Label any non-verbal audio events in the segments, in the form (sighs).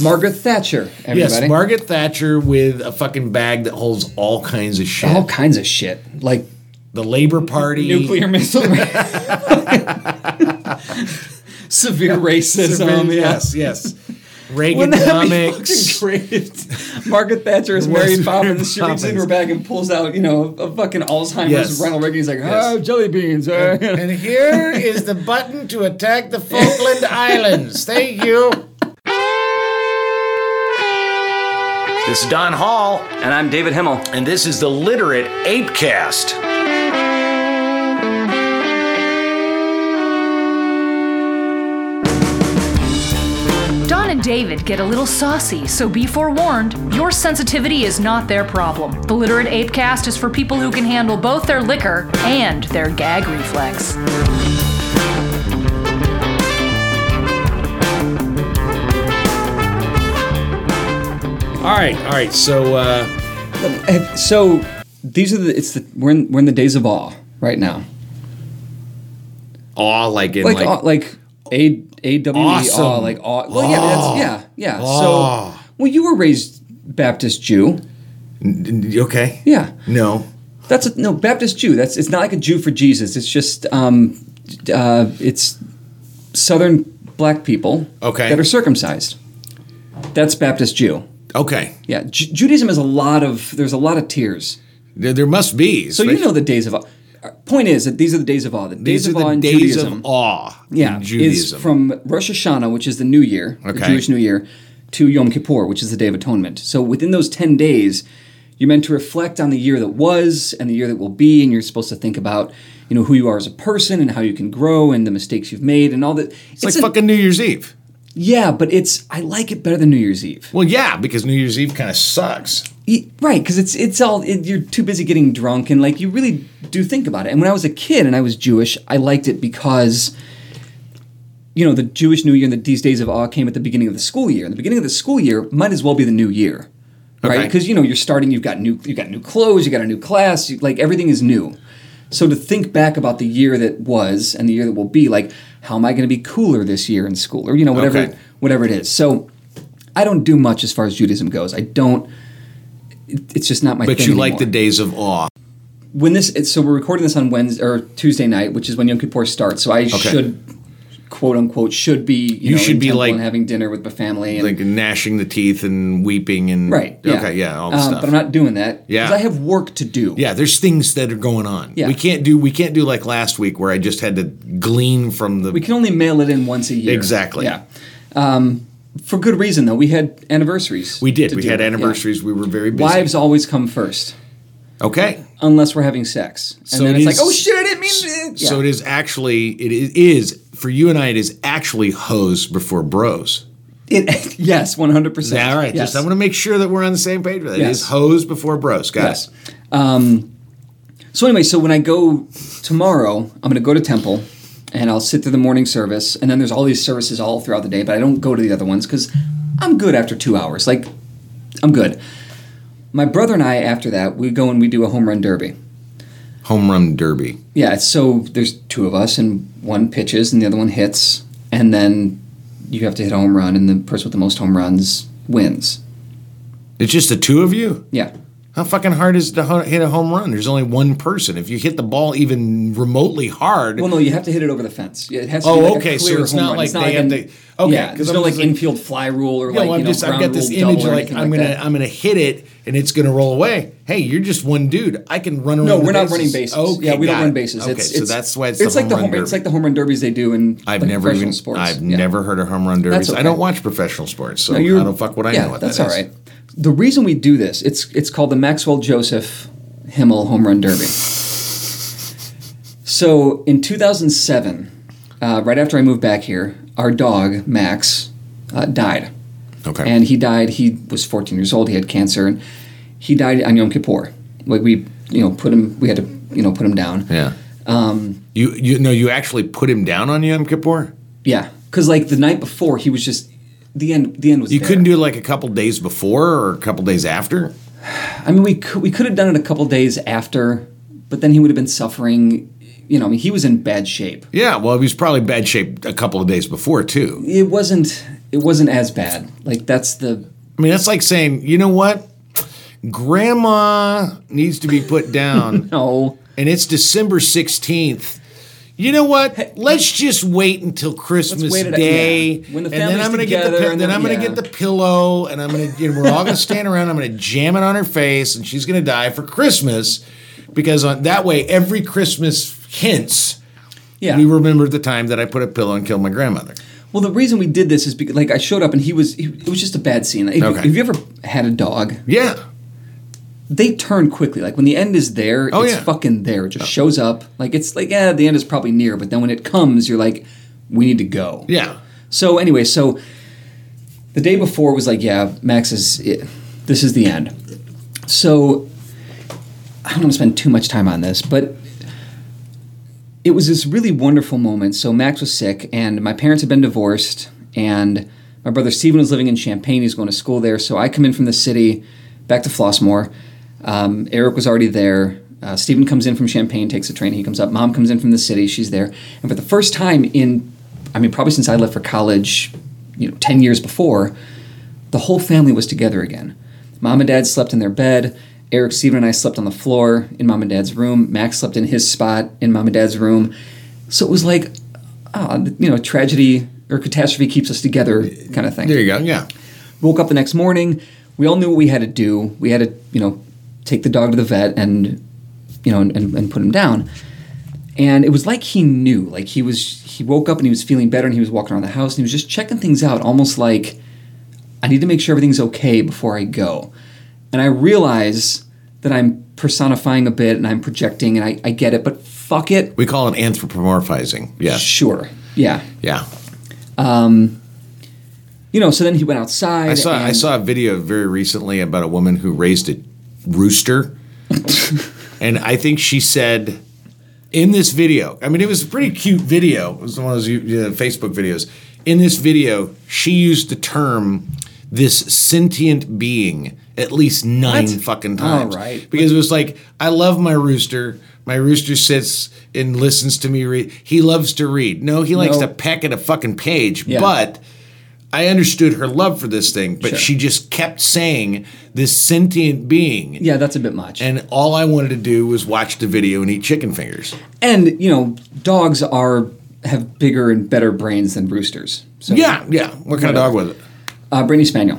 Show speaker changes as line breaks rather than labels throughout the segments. Margaret Thatcher, everybody.
Yes, Margaret Thatcher with a fucking bag that holds all kinds of shit.
All kinds of shit. Like
the Labor Party,
(laughs) Nuclear missile. Severe racism. yes. (laughs)
Yes, yes. Reaganomics.
Great. Margaret Thatcher is Mary
Mary
Poppins. She reaches into her
Poppins.
bag and pulls out, you know, a fucking Alzheimer's
Yes.
Ronald Reagan. He's like,
Yes.
oh, jelly beans. eh."
And here is the button to attack the (laughs) Falkland Islands. Thank you. This is Don Hall,
And I'm David Himmel.
and this is the Literate Apecast.
Don and David get a little saucy, so be forewarned. Your sensitivity is not their problem. The Literate Apecast is for people who can handle both their liquor and their gag reflex.
All right, all right. So, uh,
Have- so these are the. It's the we're in, we're in the days of awe right now.
awe, like in
Like
like,
like awe, like a a w e
Awesome. Ah.
awe like awe. Well, yeah, that's, yeah, yeah.
Awe.
So well, you were raised Baptist Jew.
okay,
Yeah,
no,
that's a, no Baptist Jew. That's it's not like a Jew for Jesus. It's just um, uh, it's Southern black people
Okay.
that are circumcised. That's Baptist Jew.
okay.
Yeah, Ju- Judaism is a lot of there's a lot of tiers.
There, there must be.
So you know the days of awe. Point is that these are the days of awe. The days
these
of
are
awe
the
in
days
Judaism.
of awe.
yeah,
in Judaism.
is from Rosh Hashanah, which is the New Year, the
Okay.
Jewish New Year, to Yom Kippur, which is the Day of Atonement. So within those ten days, you're meant to reflect on the year that was and the year that will be, and you're supposed to think about you know who you are as a person and how you can grow and the mistakes you've made and all that. It's,
it's
a-
like fucking New Year's Eve.
yeah, but it's I like it better than New Year's Eve.
Well, yeah, because New Year's Eve kind of sucks.
Y- right because it's it's all it, you're too busy getting drunk and like you really do think about it and when i was a kid and i was jewish i liked it because you know the jewish new year and the, these days of awe came at the beginning of the school year and the beginning of the school year might as well be the new year right
Okay.
because you know you're starting you've got new you've got new clothes you got a new class you, like everything is new so to think back about the year that was and the year that will be like how am i going to be cooler this year in school or you know whatever
Okay.
whatever it is so i don't do much as far as judaism goes i don't it's just not my
But
thing
you like the
anymore.
days of awe.
when this it's, so we're recording this on Wednesday or Tuesday night, which is when Yom Kippur starts. So I should quote unquote should be you,
You
know,
should
in
be
temple
like-
and having dinner with my family and
like gnashing the teeth and weeping and
right
okay yeah all the
Um,
stuff
But I'm not doing that 'cause
Yeah.
I have work to do.
yeah there's things that are going on
Yeah.
we can't do we can't do like last week where i just had to glean from the
we can only mail it in once a year.
Exactly.
Yeah. Um, for good reason though, we had anniversaries.
we did
to
we
do.
had
Yeah.
anniversaries we were very busy
Wives always come first,
okay
unless we're having sex, and
So
then
it
it's
is-
like, oh shit, I didn't mean. to.
so
Yeah.
it is actually it is, is for you and i it is actually hoes before bros
It- (laughs) yes, one hundred percent.
all right just i want to make sure that we're on the same page with that
Yes.
it is hoes before bros guys
Um, So anyway, so when I go tomorrow, I'm going to go to temple and I'll sit through the morning service and then there's all these services all throughout the day, but I don't go to the other ones cuz I'm good after 2 hours. Like I'm good. My brother and I after that, we go and we do a home run derby.
home run derby
Yeah, it's- so there's two of us and one pitches and the other one hits and then you have to hit a home run and the person with the most home runs wins.
it's just the two of you
Yeah.
How fucking hard is it to ho- hit a home run? There's only one person. If you hit the ball even remotely hard,
Well, no, you have to hit it over the fence. Yeah, It has to
Oh,
be like
okay,
A
so
clear
it's
home
not
run.
like
it's not
they
like
have
an-
to-
yeah,
okay, 'cause
there's
I'm
no like
just like-
infield fly rule or
you know,
like you
I'm
know
just I've
ground
got this
rule double
image
or
like
anything
I'm gonna
that.
I'm gonna hit it and it's gonna roll away. Hey, you're just one dude. I can run around.
no,
the
we're not
bases.
running bases.
Okay,
yeah, we don't
got
run
it.
bases.
Okay,
it's,
so
it's-
that's why it's, the
like
home
the
run
home, it's
derby.
like the home run derbies they do in
I've
like,
never
professional
even
sports.
I've
Yeah.
never heard of home run derbies.
okay.
I don't watch professional sports, so
No, you're-
how the fuck would I
yeah,
know what
that's
that
all
is?
right. The reason we do this, it's it's called the Maxwell Joseph Himmel Home Run Derby. So in 2007, uh, right after I moved back here, our dog Max uh, died,
Okay.
and he died. He was 14 years old. He had cancer, and he died on Yom Kippur. Like we, you know, put him. We had to, you know, put him down.
yeah. Um, you you no, you actually put him down on Yom Kippur.
Yeah, because like the night before, he was just the end. The end was
You
there.
couldn't do it like a couple days before or a couple days after.
I mean, we could, we could have done it a couple days after, but then he would have been suffering. You know, I mean, he was in bad shape.
Yeah, well, he was probably bad shape a couple of days before too.
It wasn't. it wasn't as bad. Like that's the
I mean, that's like saying, you know what? Grandma needs to be put
(laughs)
down,
no.
and it's December 16th. You know what? Let's just wait until Christmas
wait it-
Day,
yeah. When the
and then
family's
I'm gonna get the
together,
pi-
and
then
then-
I'm gonna
yeah.
get the pillow, and I'm gonna you know, we're all gonna stand around. I'm gonna jam it on her face, and she's gonna die for Christmas because on that way every Christmas hints
Yeah.
we remember the time that I put a pillow and killed my grandmother.
Well, the reason we did this is because like I showed up and he was he, it was just a bad scene. Like, if-
Okay.
Have you ever had a dog?
Yeah,
They turn quickly. Like when the end is there,
Oh,
it's
yeah.
fucking there. It just shows up. Like it's like yeah, the end is probably near, but then when it comes, you're like, we need to go.
yeah.
So anyway, so the day before was like, yeah, Max is it, this is the end. So I don't want to spend too much time on this, but it was this really wonderful moment. So Max was sick, and my parents had been divorced, and my brother Steven was living in Champaign. He's going to school there. So I come in from the city back to Flossmoor. Um, Eric was already there. Uh, Steven comes in from Champaign, takes a train. He comes up. Mom comes in from the city. She's there. And for the first time in, I mean, probably since I left for college, you know, 10 years before, the whole family was together again. Mom and dad slept in their bed. Eric, Steven, and I slept on the floor in mom and dad's room. Max slept in his spot in mom and dad's room. So it was like, ah, you know, tragedy or catastrophe keeps us together kind of thing
There you go. Yeah,
woke up the next morning we all knew what we had to do we had to you know take the dog to the vet and you know and, and, and put him down and it was like he knew like he was he woke up and he was feeling better and he was walking around the house and he was just checking things out almost like i need to make sure everything's okay before i go and i realize that i'm personifying a bit and i'm projecting and i, I get it but fuck it
we call it anthropomorphizing. Yeah,
sure yeah
yeah.
you know so then he went outside
I saw I
and-
saw a video very recently about a woman who raised a
(laughs)
rooster, and I think she said in this video. I mean, it was a pretty cute video. It was one of those you- you know, Facebook videos. In this video, she used the term "this sentient being" at least nine
What?
fucking times.
All right.
because it was like I love my rooster. My rooster sits and listens to me read. He loves to read. No, he likes
No.
to peck at a fucking page,
Yeah.
but. I understood her love for this thing, but
Sure.
she just kept saying this sentient being.
yeah that's a bit much
And all I wanted to do was watch the video and eat chicken fingers.
and you know dogs are have bigger and better brains than roosters so
Yeah, yeah. What kind of dog was it?
uh, brittany spaniel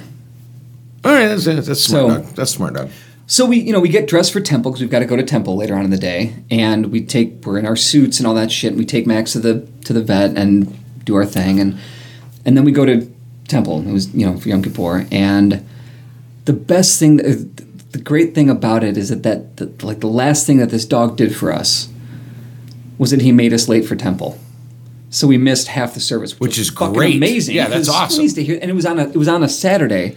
All right, that's, that's
So-
smart dog. That's smart dog.
so we you know we get dressed for temple because we've got to go to temple later on in the day and we take we're in our suits and all that shit and we take max to the to the vet and do our thing and and then we go to temple it was you know for yom kippur and the best thing uh, the great thing about it is that that that, like the last thing that this dog did for us was that he made us late for temple so we missed half the service
Which
was
is
fucking
great.
amazing
Yeah, that's
because who
awesome.
needs to hear- and it was on a it was on a saturday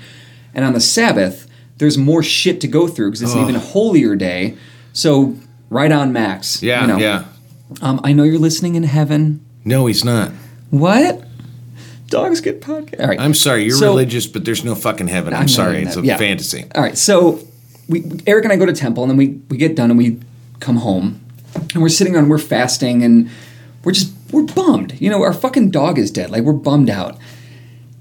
and on the sabbath there's more shit to go through because it's an even holier day so right on max
Yeah,
you know.
yeah.
um, i know you're listening in heaven
No, he's not.
what dogs get podcast all right
I'm sorry, you're
So-
religious, but there's no fucking heaven. I'm,
not
sorry,
in
it's a
that- yeah.
fantasy.
All right, so we Eric and I go to temple, and then we we get done, and we come home, and we're sitting around, we're fasting, and we're just we're bummed. You know, our fucking dog is dead. Like we're bummed out,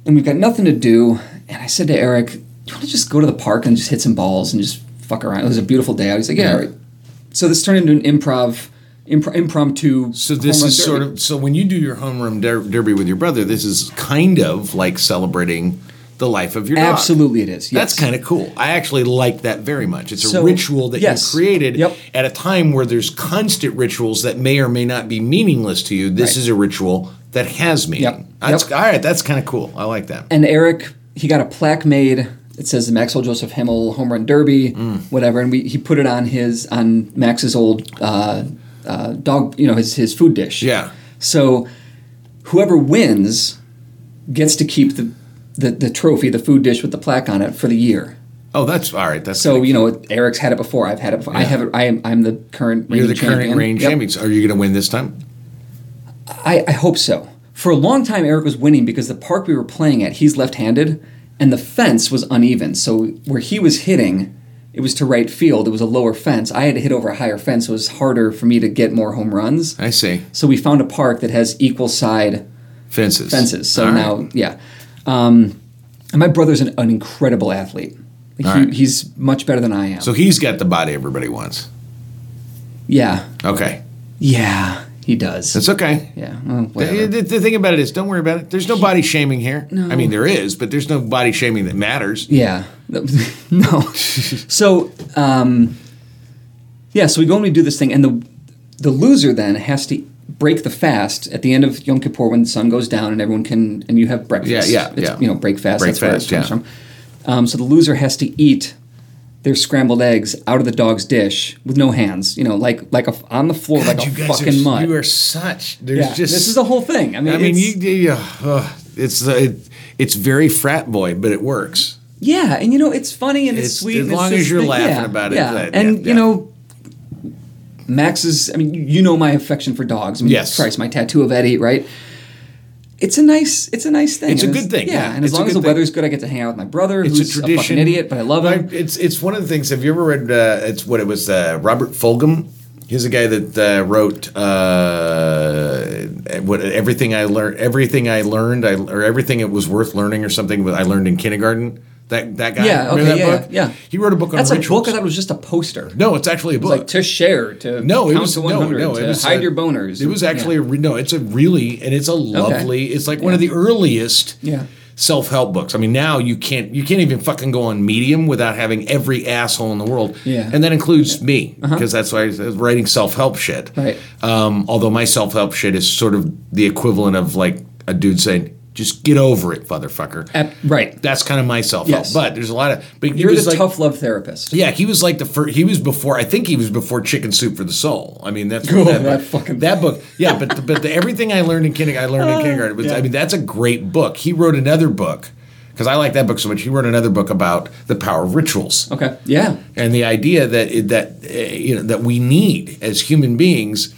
and we've got nothing to do. And I said to Eric, "Do you want to just go to the park and just hit some balls and just fuck around?" It was a beautiful day out. He's like, "Yeah." all right." So this turned into an improv. Impro- impromptu.
So this is sort of so when you do your homeroom der- derby with your brother, this is kind of like celebrating the life of your dog.
absolutely it is.
That's
Yes.
kind of cool. I actually like that very much. It's a
So,
ritual that
yes.
you created
Yep.
at a time where there's constant rituals that may or may not be meaningless to you. This
Right.
is a ritual that has meaning.
Yep.
That's
Yep.
all right. That's kind of cool. I like that.
and Eric, he got a plaque made that says the Maxwell Joseph Himmel Home Run Derby,
Mm.
whatever, and we he put it on his on Max's old uh, uh, dog, you know, his his food dish.
Yeah.
So whoever wins gets to keep the the, the trophy, the food dish with the plaque on it for the year.
oh, that's all right. That's
So
kinda
you know, Eric's had it before. I've had it before. I have it. I am. I'm the current.
cool. you're
reigning
the current
champion.
reigning
Yep.
champions. Are you going to win this time?
I, I hope so. For a long time, Eric was winning because the park we were playing at, he's left-handed, and the fence was uneven. So where he was hitting, it was to right field. It was a lower fence. I had to hit over a higher fence, so it was harder for me to get more home runs.
I see
So we found a park that has equal side
fences.
fences. So
All right.
now, yeah. Um, and my brother's an, an incredible athlete. Like,
All
he,
right.
He's much better than I am.
So he's got the body everybody wants.
yeah,
Okay,
yeah, he does.
that's okay.
yeah, well,
The,
whatever.
the- the thing about it is, don't worry about it. There's no body shaming here. I mean, there is, but there's no body shaming that matters.
Yeah. (laughs) No. so, um, yeah, so we go and we do this thing, and the the loser then has to break the fast at the end of Yom Kippur when the sun goes down and everyone can and you have breakfast.
Yeah, yeah,
It's,
yeah.
You know, break fast.
Break
that's where
fast,
it comes
yeah.
from. Um, so the loser has to eat their scrambled eggs out of the dog's dish with no hands. You know, like like a, on the floor like a fucking
are,
mud.
You are such. There's
yeah,
just.
this is the whole thing. I mean,
I mean,
it's-
you, you, uh, it's the. It, it's very frat boy, but it works.
Yeah, and you know it's funny and it's,
It's-
sweet.
as
and it's
long
just
as you're
the-
laughing
yeah,
about it,
yeah.
that-
and
yeah,
you
yeah.
know, Max is. I mean, you- you know my affection for dogs. I mean,
Yes.
Christ, my tattoo of Eddie, right? It's a nice, it's a nice thing.
It's a
And
good thing, yeah.
and as
It's a
long as
good
the
thing.
weather's good, I get to hang out with my brother,
It's
who's
a tradition.
fucking idiot, but I love him.
Right? It's it's one of the things. Have you ever read? Uh, it's what it was. Uh, Robert Fulghum. He's a guy that uh, wrote uh, what everything I learned. Everything I learned, I, or everything it was worth learning, or something I learned in kindergarten. That that guy.
Yeah,
Remember
okay,
that
yeah,
book?
yeah.
He wrote a book on
That's a
rituals.
book. I thought it was just a poster.
no, it's actually a book.
Like to share, to
no, it
count
was
to 100,
no, no.
to
It was
hide
uh,
your boners.
It was actually a re- no. It's a really and it's a lovely. It's like one of the earliest
Yeah.
self help books. I mean, now you can't you can't even fucking go on Medium without having every asshole in the world.
Yeah. Uh-huh.
and that includes me because that's why I was writing self help shit.
Right.
Um, although my self help shit is sort of the equivalent of like a dude saying, "Just get over it, motherfucker."
Ep- right.
That's kind of my self help.
Yes.
But there's a lot of but he
You're
was
the
like-
tough love therapist.
yeah, he was like the first. He was before. I think he was before Chicken Soup for the Soul. I mean, that's
Oh,
that,
that
book-
fucking- (laughs) Uh,
that book. Yeah, but the, but the, everything I learned in kindergarten, I learned in kindergarten. Was, I mean, that's a great book. He wrote another book because I like that book so much. He wrote another book about the power of rituals
Okay. Yeah.
and the idea that that uh, you know that we need as human beings,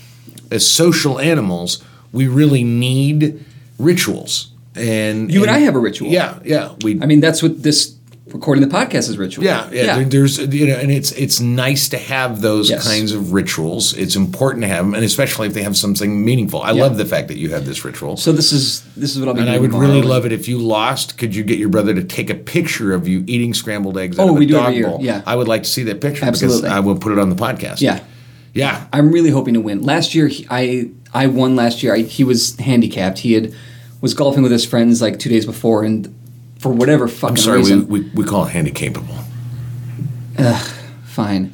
as social animals, we really need rituals. And
You and I
and-
have a ritual.
Yeah, yeah. We
I mean, that's what this recording the podcast is ritual.
yeah, yeah. there- There's you know, and it's it's nice to have those
Yes.
kinds of rituals. It's important to have them, and especially if they have something meaningful. I love the fact that you have this ritual.
So this is this is what I'll be.
and I
doing
would
tomorrow.
really love it if you lost. Could you get your brother to take a picture of you eating scrambled eggs out
Oh,
of
we
a
do every
dog
year,
bowl?
yeah.
I would like to see that picture
Absolutely.
because I will put it on the podcast.
Yeah,
yeah.
I'm really hoping to win. Last year, he, I I won last year. I, he was handicapped. He had was golfing with his friends like two days before, and for whatever fucking
I'm sorry, we,
reason,
we, we call it handicapable. (laughs)
fine.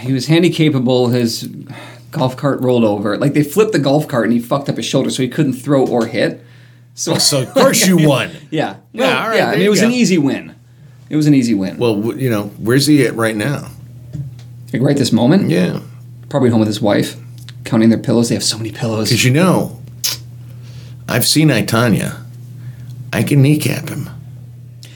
he was handicapable. His golf cart rolled over. Like they flipped the golf cart, and he fucked up his shoulder, so he couldn't throw or hit. So
So of
(laughs)
course you won.
yeah,
Yeah, all right,
I
there
mean,
you
it was
go.
an easy win. It was an easy win.
Well, w- you know, where's he at right now?
like right this moment,
Yeah,
probably at home with his wife, counting their pillows. They have so many pillows.
because you know, I've seen Itanya. I can kneecap him.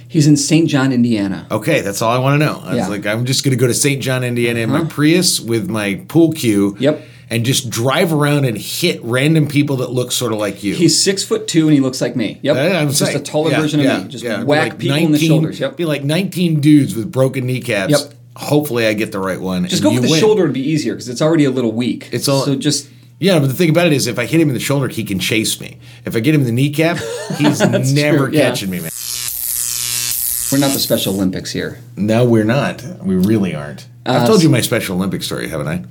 He's in St. John, Indiana.
Okay, that's all I want to
Yeah.
know. I
Uh-huh.
was like, I'm just going to go to St. John, Indiana in my Prius with my pool cue.
Yep.
And just drive around and hit random people that look sort of like you.
He's six foot two and he looks like me. Yep.
Yeah, I'm
just
saying.
a taller
Yeah,
version of
yeah,
me. Just
yeah. Be
whack
like
people in the
19
shoulders. Yep.
Be like 19 dudes with broken kneecaps.
Yep.
Hopefully, I get the right one.
Just
and
go for
you
the
win.
shoulder would be easier because it's already a little weak.
It's all-
so just
Yeah, but the thing about it is, if I hit him in the shoulder, he can chase me. If I get him in the kneecap,
(laughs)
he's never
true, yeah.
catching me, man.
we're not the Special Olympics here.
No, we're not. We really aren't.
Uh,
I've told you my Special Olympic story, haven't I?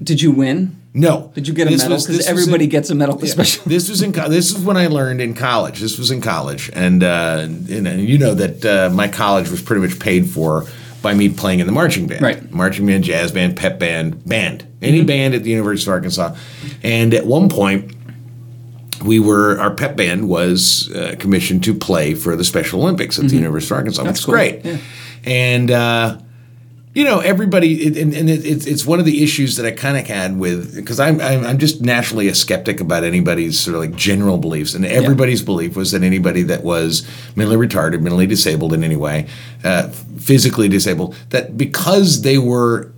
Did you win?
No.
Did you get a
This
medal?
was-
Because
this was in-
everybody gets a medal for Special.
this was in co- this is when I learned in college. This was in college, and uh, you know, you know that uh, my college was pretty much paid for by me playing in the marching band,
Right. Mm-hmm.
Marching band, jazz band, pep band, band, any band at the University of Arkansas. And at one point, we were our pep band was uh, commissioned to play for the Special Olympics at the University of Arkansas, which is
Mm-hmm. cool.
great.
Yeah.
And uh, you know, everybody, it, and, and it, it's it's one of the issues that I kind of had with because I'm, I'm I'm just naturally a skeptic about anybody's sort of like general beliefs, and everybody's belief was that anybody that was mentally retarded, mentally disabled in any way, uh, physically disabled, that because they were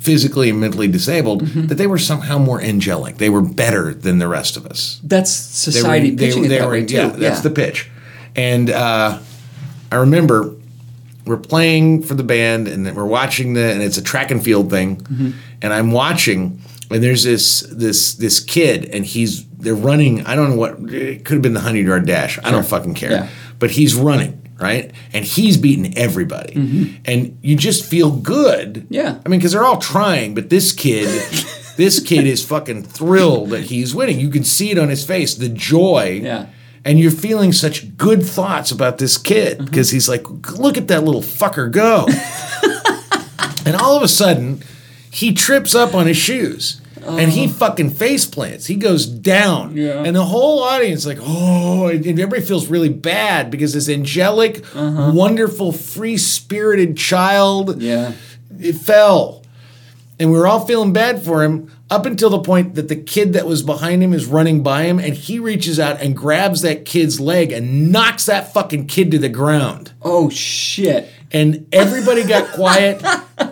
physically and mentally disabled,
Mm-hmm.
that they were somehow more angelic, they were better than the rest of us.
That's society pitching it that way too.
Yeah, that's the pitch. And uh, I remember we're
Mm-hmm.
playing for the band and then we're watching the and it's a track and field thing, and I'm watching. and there's this this this kid, and he's they're running. I don't know what it could have been the hundred yard dash. I don't fucking care.
Yeah.
But he's running right, and he's beating everybody,
Mm-hmm.
and you just feel good.
Yeah.
I mean, because they're all trying, but
(laughs)
this kid. This kid is fucking thrilled that he's winning. You can see it on his face, the joy
Yeah.
and you're feeling such good thoughts about this kid
Mm-hmm.
because he's like, look at that little fucker
(laughs)
go. and all of a sudden, he trips up on his shoes and he fucking face plants. He goes down.
Oh. Yeah.
And the whole audience, like, oh, and everybody feels really bad because this angelic, wonderful, free spirited child
Uh-huh. Yeah.
it fell. And we were all feeling bad for him up until the point that the kid that was behind him is running by him and he reaches out and grabs that kid's leg and knocks that fucking kid to the ground.
Oh shit.
And everybody got quiet.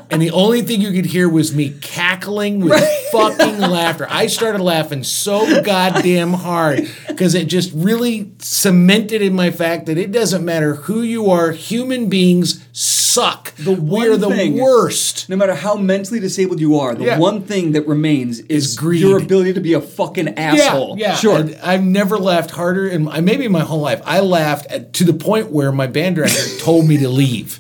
And the only thing you could hear was me cackling with fucking laughter. I started laughing so goddamn hard because it just really cemented in my fact that it doesn't matter who you are, human beings suck. we are
one
the
thing-
worst.
No matter how mentally disabled you are, the
Yeah.
one thing that remains is,
greed.
your ability to be a fucking asshole.
Yeah, yeah.
Sure.
And I've never laughed harder, and maybe my whole life. I laughed at, to the point where my band director (laughs) told me to leave.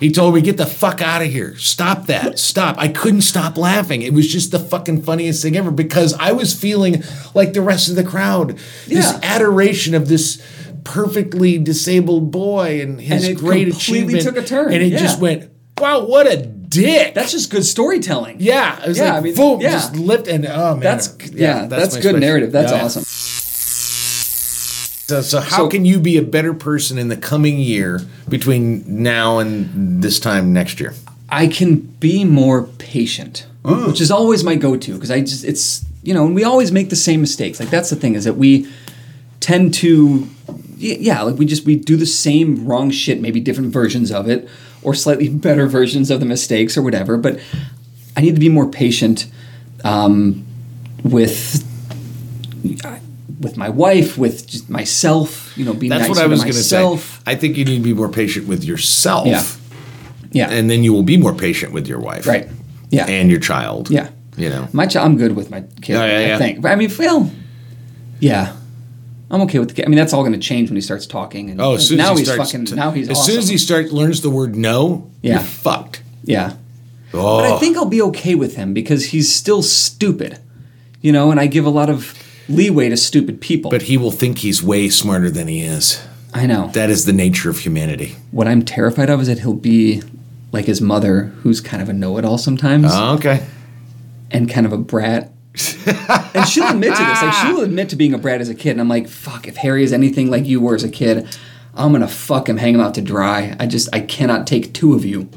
He told me, "Get the fuck out of here! Stop that! Stop!" I couldn't stop laughing. It was just the fucking funniest thing ever because I was feeling like the rest of the crowd, this
Yeah.
adoration of this perfectly disabled boy and his
And it
great
completely
achievement.
took a turn,
and it
yeah.
just went, "Wow, what a dick!"
that's just good storytelling.
yeah, it was
Yeah,
like
I mean,
boom,
yeah.
just lift and oh man,
That's yeah, that's,
my
good
special-
narrative. That's
Yeah.
awesome.
So, so how
So-
can you be a better person in the coming year between now and this time next year?
I can be more patient,
Oh.
which is always my go-to because I just it's you know, and we always make the same mistakes. Like that's the thing is that we tend to y- yeah, like we just we do the same wrong shit, maybe different versions of it or slightly (laughs) better versions of the mistakes or whatever, but I need to be more patient um, with with my wife, with just myself, you know, be
That's
nicer
what I was
to
going to say.
myself.
I think you need to be more patient with yourself,
Yeah. Yeah.
and then you will be more patient with your wife,
right. Yeah.
and your child,
Yeah.
You know,
My child, I'm good with my kid.
Yeah, yeah,
I
yeah.
think. But I mean, well, yeah, I'm okay with the kid. I mean, that's all going to change when he starts talking. And
oh, as soon
now
as he
he's
starts,
fucking.
to-
now he's.
as
awesome.
soon as he starts learns the word no,
Yeah.
you're fucked.
Yeah.
Oh,
But I think I'll be okay with him because he's still stupid, you know. And I give a lot of leeway to stupid people.
but he will think he's way smarter than he is.
I know
That is the nature of humanity.
what I'm terrified of is that he'll be like his mother, who's kind of a know-it-all sometimes
okay.
and kind of a
(laughs)
brat. and she'll admit to this. Like she'll admit to being a brat as a kid. And I'm like, fuck, if Harry is anything like you were as a kid, I'm gonna fuck him, hang him out to dry. I just I cannot take two of you.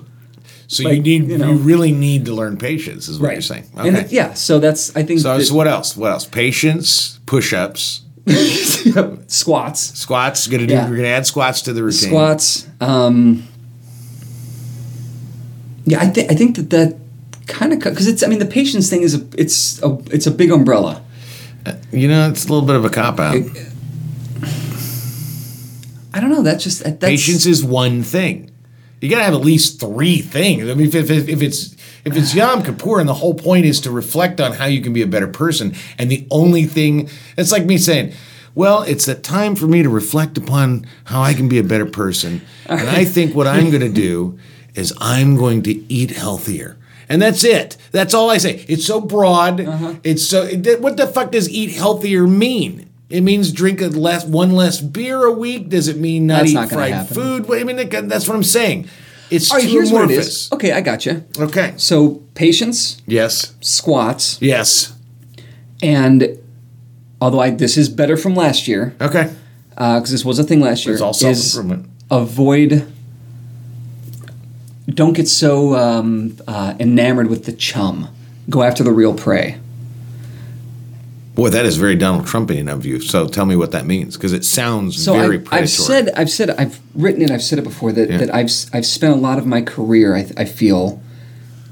So you
Like,
need you,
you know.
really need to learn patience, is what you're saying. Okay.
And yeah, so that's I think
So,
that-
so what else? What else? Patience, push-ups,
(laughs) squats.
squats. Gonna do.
Yeah.
We're gonna add squats to the routine.
Squats. Um Yeah, I think I think that that kind of because it's I mean the patience thing is a it's a it's a big umbrella.
You know, it's a little bit of a cop out.
I don't know. That's just that, that's
Patience is one thing. You gotta have at least three things. I mean, if, if, if it's if it's Yom Kippur, and the whole point is to reflect on how you can be a better person, and the only thing it's like me saying. Well, it's a time for me to reflect upon how I can be a better person. And I think what I'm going to do is I'm going to eat healthier. And that's it. That's all I say. It's so broad.
Uh-huh.
It's so. It, what the fuck does eat healthier mean? It means drink a less one less beer a week. Does it mean not
That's
eat
not gonna
fried
happen.
food? What, I mean, that- that's what I'm saying. It's
All right,
too
here's what it
amorphous.
is. Okay, I got you.
Okay.
So patience,
Yes.
squats,
Yes.
and although I, this is better from last year
Okay.
because this was a thing last year.
It's all self
is
improvement.
avoid. Don't get so um, uh, enamored with the chum. Go after the real prey.
Boy, that is very Donald Trumpian of you. So tell me what that means, because it sounds
So
very
I,
predatory.
I've said, I've said, I've written it. I've said it before that,
Yeah.
that I've s- I've spent a lot of my career. I, I feel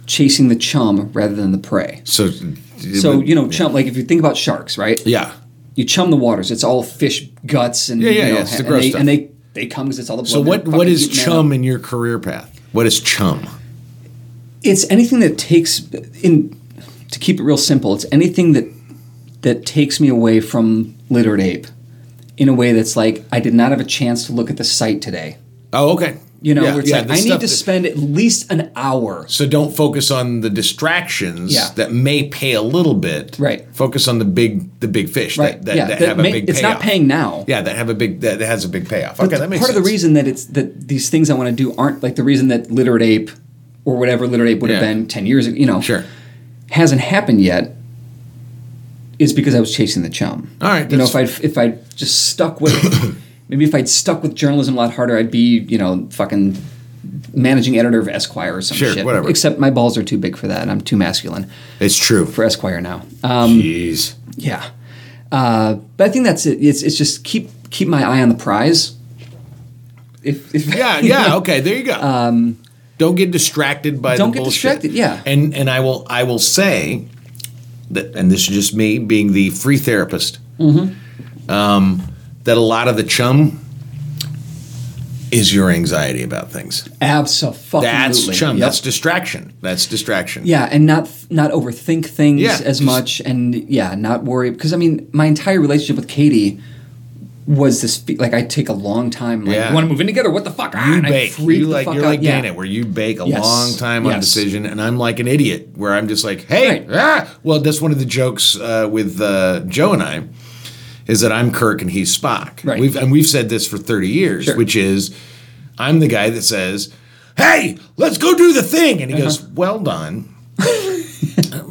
chasing the chum rather than the prey.
so,
So you know, chum. Like if you think about sharks, right?
Yeah.
you chum the waters. It's all fish guts and
yeah,
you know,
yeah, it's the
and
gross
they,
stuff.
And they they come because it's all the blood.
So
and
what
they're
what
fucking
is
eating that
chum
up.
in your career path? What is chum?
It's anything that takes in. to keep it real simple, it's anything that that takes me away from Littered Ape in a way that's like I did not have a chance to look at the site today.
Oh, okay.
You know,
Yeah,
where it's
yeah,
like
the
I need
stuff
to
that-
spend at least an hour.
So don't focus on the distractions
Yeah.
that may pay a little bit.
Right.
Focus on the big the big fish
Right.
that, that,
yeah.
that,
that
have
may-
a big
it's
payoff.
not paying now.
Yeah, that have a big that, that has a big payoff. okay,
But
that makes
part of the
sense.
reason that it's that these things I want to do aren't like the reason that Littered Ape or whatever Littered Ape would have
Yeah.
been ten years ago, you know,
Sure.
hasn't happened yet is because I was chasing the chum.
All right,
you know, if I
that's-
if I just stuck with
(coughs)
it, maybe if I'd stuck with journalism a lot harder, I'd be you know fucking managing editor of Esquire or some
Sure,
shit.
whatever.
Except my balls are too big for that, and I'm too masculine
It's true.
for Esquire now. Um,
Jeez.
yeah, uh, but I think that's it. It's it's just keep keep my eye on the prize. If, if (laughs)
Yeah, yeah, okay, there you go. Um, don't get distracted by
Don't
the
get
bullshit.
distracted, yeah.
And and I will I will say that and this is just me being the free therapist. Um,
Mm-hmm.
that a lot of the chum is your anxiety about things.
absolutely,
That's chum.
Yep.
That's distraction. That's distraction.
Yeah, and not not overthink things
Yeah,
as
just-
much, and yeah, not worry because I mean, my entire relationship with Katie was this fe- like I take a long time. Like,
Yeah.
want to move in together? What the fuck? Ah,
You
and I
bake.
freak
You
the
like
fuck
you're
out.
like
yeah.
Dana, where you bake a
Yes.
long time on
Yes.
a decision, and I'm like an idiot, where I'm just like, hey,
Right.
ah! well, that's one of the jokes uh, with uh, Joe and I, is that I'm Kirk and he's Spock.
Right.
We've and we've said this for 30 years,
Sure.
which is, I'm the guy that says, hey, let's go do the thing,
Uh-huh.
and he goes, well done.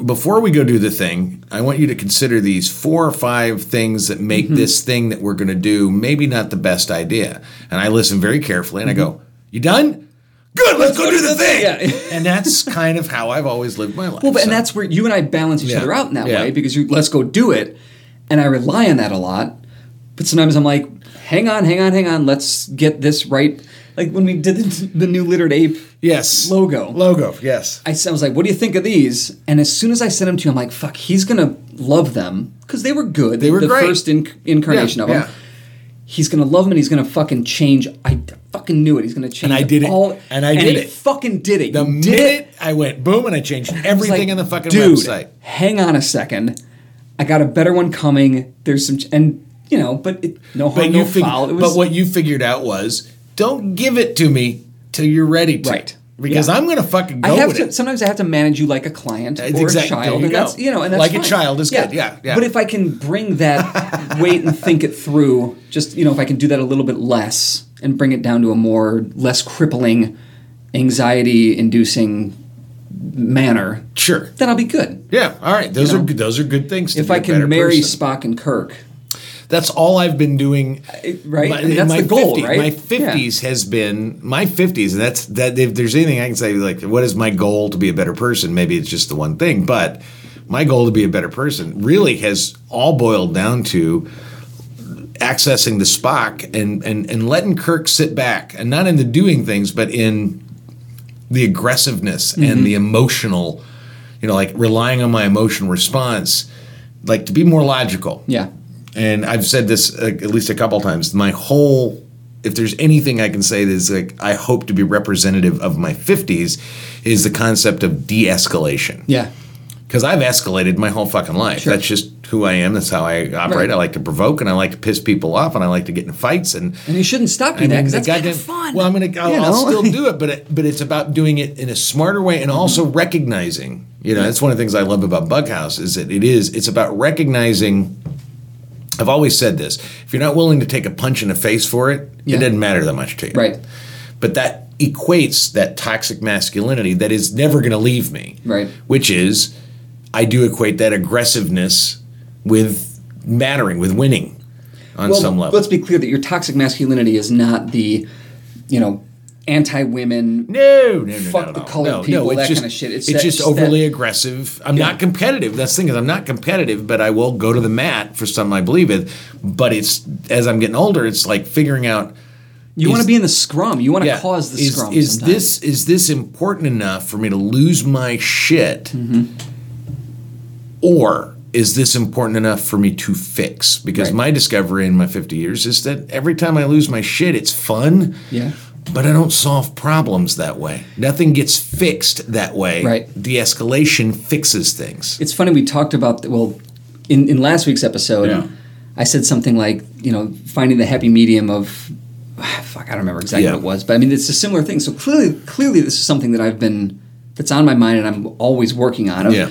Before we go do the thing, I want you to consider these four or five things that make
Mm-hmm.
this thing that we're going to do maybe not the best idea. And I listen very carefully and I go, You done? Good, let's, go, do the thing.
Mm-hmm. Yeah.
(laughs) and that's kind of how I've always lived my life.
Well, but, and
so-
that's where you and I balance each
Yeah.
other out in that
Yeah.
way because you let's go do it, and I rely on that a lot. But sometimes I'm like, hang on, hang on, hang on, let's get this right. Like when we did the, (laughs) the new littered ape
yes.
logo.
Logo, yes.
I, said- I was like, "What do you think of these?" And as soon as I sent them to you, I'm like, "Fuck, he's gonna love them because they were good. They
were
the
great.
first inc- incarnation
Yeah,
of them.
yeah.
He's gonna love them, and he's gonna fucking change. I d- fucking knew it. He's gonna change.
I did it.
All,
And I did
he
it.
Fucking did it.
The
You did it.
minute I went boom and I changed
I was
everything
like,
in the fucking
Dude,
website.
Hang on a second. I got a better one coming. There's some, ch- and you know, but it, no harm,
But
no
you fig-
foul. It was
but what you figured out was don't give it to me till you're ready to.
Right.
Because
Yeah.
I'm gonna fucking
I
go
have
with
to,
it.
sometimes I have to manage you like a client or a
exact- there
child,
you
and
go.
that's you know, and that's
Like a
fine.
child is good, yeah, yeah.
But if I can bring that,
(laughs)
wait and think it through, just you know, if I can do that a little bit less and bring it down to a more less crippling, anxiety-inducing manner,
Sure.
then I'll be good.
Yeah. All right. Those
You
are
know?
good those are good things. To
If
be
I
a better
can marry
person.
Spock and Kirk,
that's all I've been doing.
Uh, right?
My,
I mean, that's
my
the goal,
50
right?
My
Yeah.
fifties has been my fifties, and that's that. If there's anything I can say, like, what is my goal to be a better person? Maybe it's just the one thing, but my goal to be a better person really has all boiled down to accessing the Spock and and and letting Kirk sit back, and not in the doing things, but in the aggressiveness and
Mm-hmm.
the emotional, you know, like relying on my emotional response, like to be more logical
yeah,
and I've said this uh, at least a couple times. My whole, if there's anything I can say that is like I hope to be representative of my 50s, is the concept of de-escalation.
yeah,
Because I've escalated my whole fucking life.
Sure.
That's just who I am. That's how I
Right.
operate. I like to provoke and I like to piss people off and I like to get in fights and.
and you shouldn't stop
I
doing that
mean,
because
the
that's kind
goddamn-
of fun.
Well, I'm gonna. I'll,
You
I'll
know?
still
(laughs)
do it, but it, but it's about doing it in a smarter way and also recognizing. You know, that's one of the things I love about Bughouse is that it is. It's about recognizing. I've always said this: if you're not willing to take a punch in the face for it,
Yeah.
it doesn't matter that much to you.
right,
But that equates that toxic masculinity that is never going to leave me.
Right.
Which is, I do equate that aggressiveness with mattering, with winning, on
Well,
some level.
Let's be clear that your toxic masculinity is not the, you know, anti-women.
No, no, no,
Fuck
no,
the
no.
colored
no,
people,
no, it's
that
just,
kinda shit. It's
It's,
that-
just
it's
overly
that-
aggressive. I'm not competitive. That's the thing is, I'm not competitive, but I will go to the mat for some I believe in. But it's as I'm getting older, it's like figuring out.
You want
is-
to be in the scrum. You want to
yeah,
cause the
is,
scrum.
Is
sometimes.
this is this important enough for me to lose my shit,
Mm-hmm.
or is this important enough for me to fix? Because
Right.
my discovery in my 50 years is that every time I lose my shit, it's fun
Yeah.
But I don't solve problems that way. Nothing gets fixed that way.
Right.
De escalation fixes things.
It's funny we talked about th- well, in, in last week's episode,
Yeah.
I said something like you know finding the happy medium of (sighs) fuck I don't remember exactly
Yeah.
what it was, but I mean it's a similar thing. So clearly, clearly this is something that I've been that's on my mind and I'm always working on. Of
Yeah.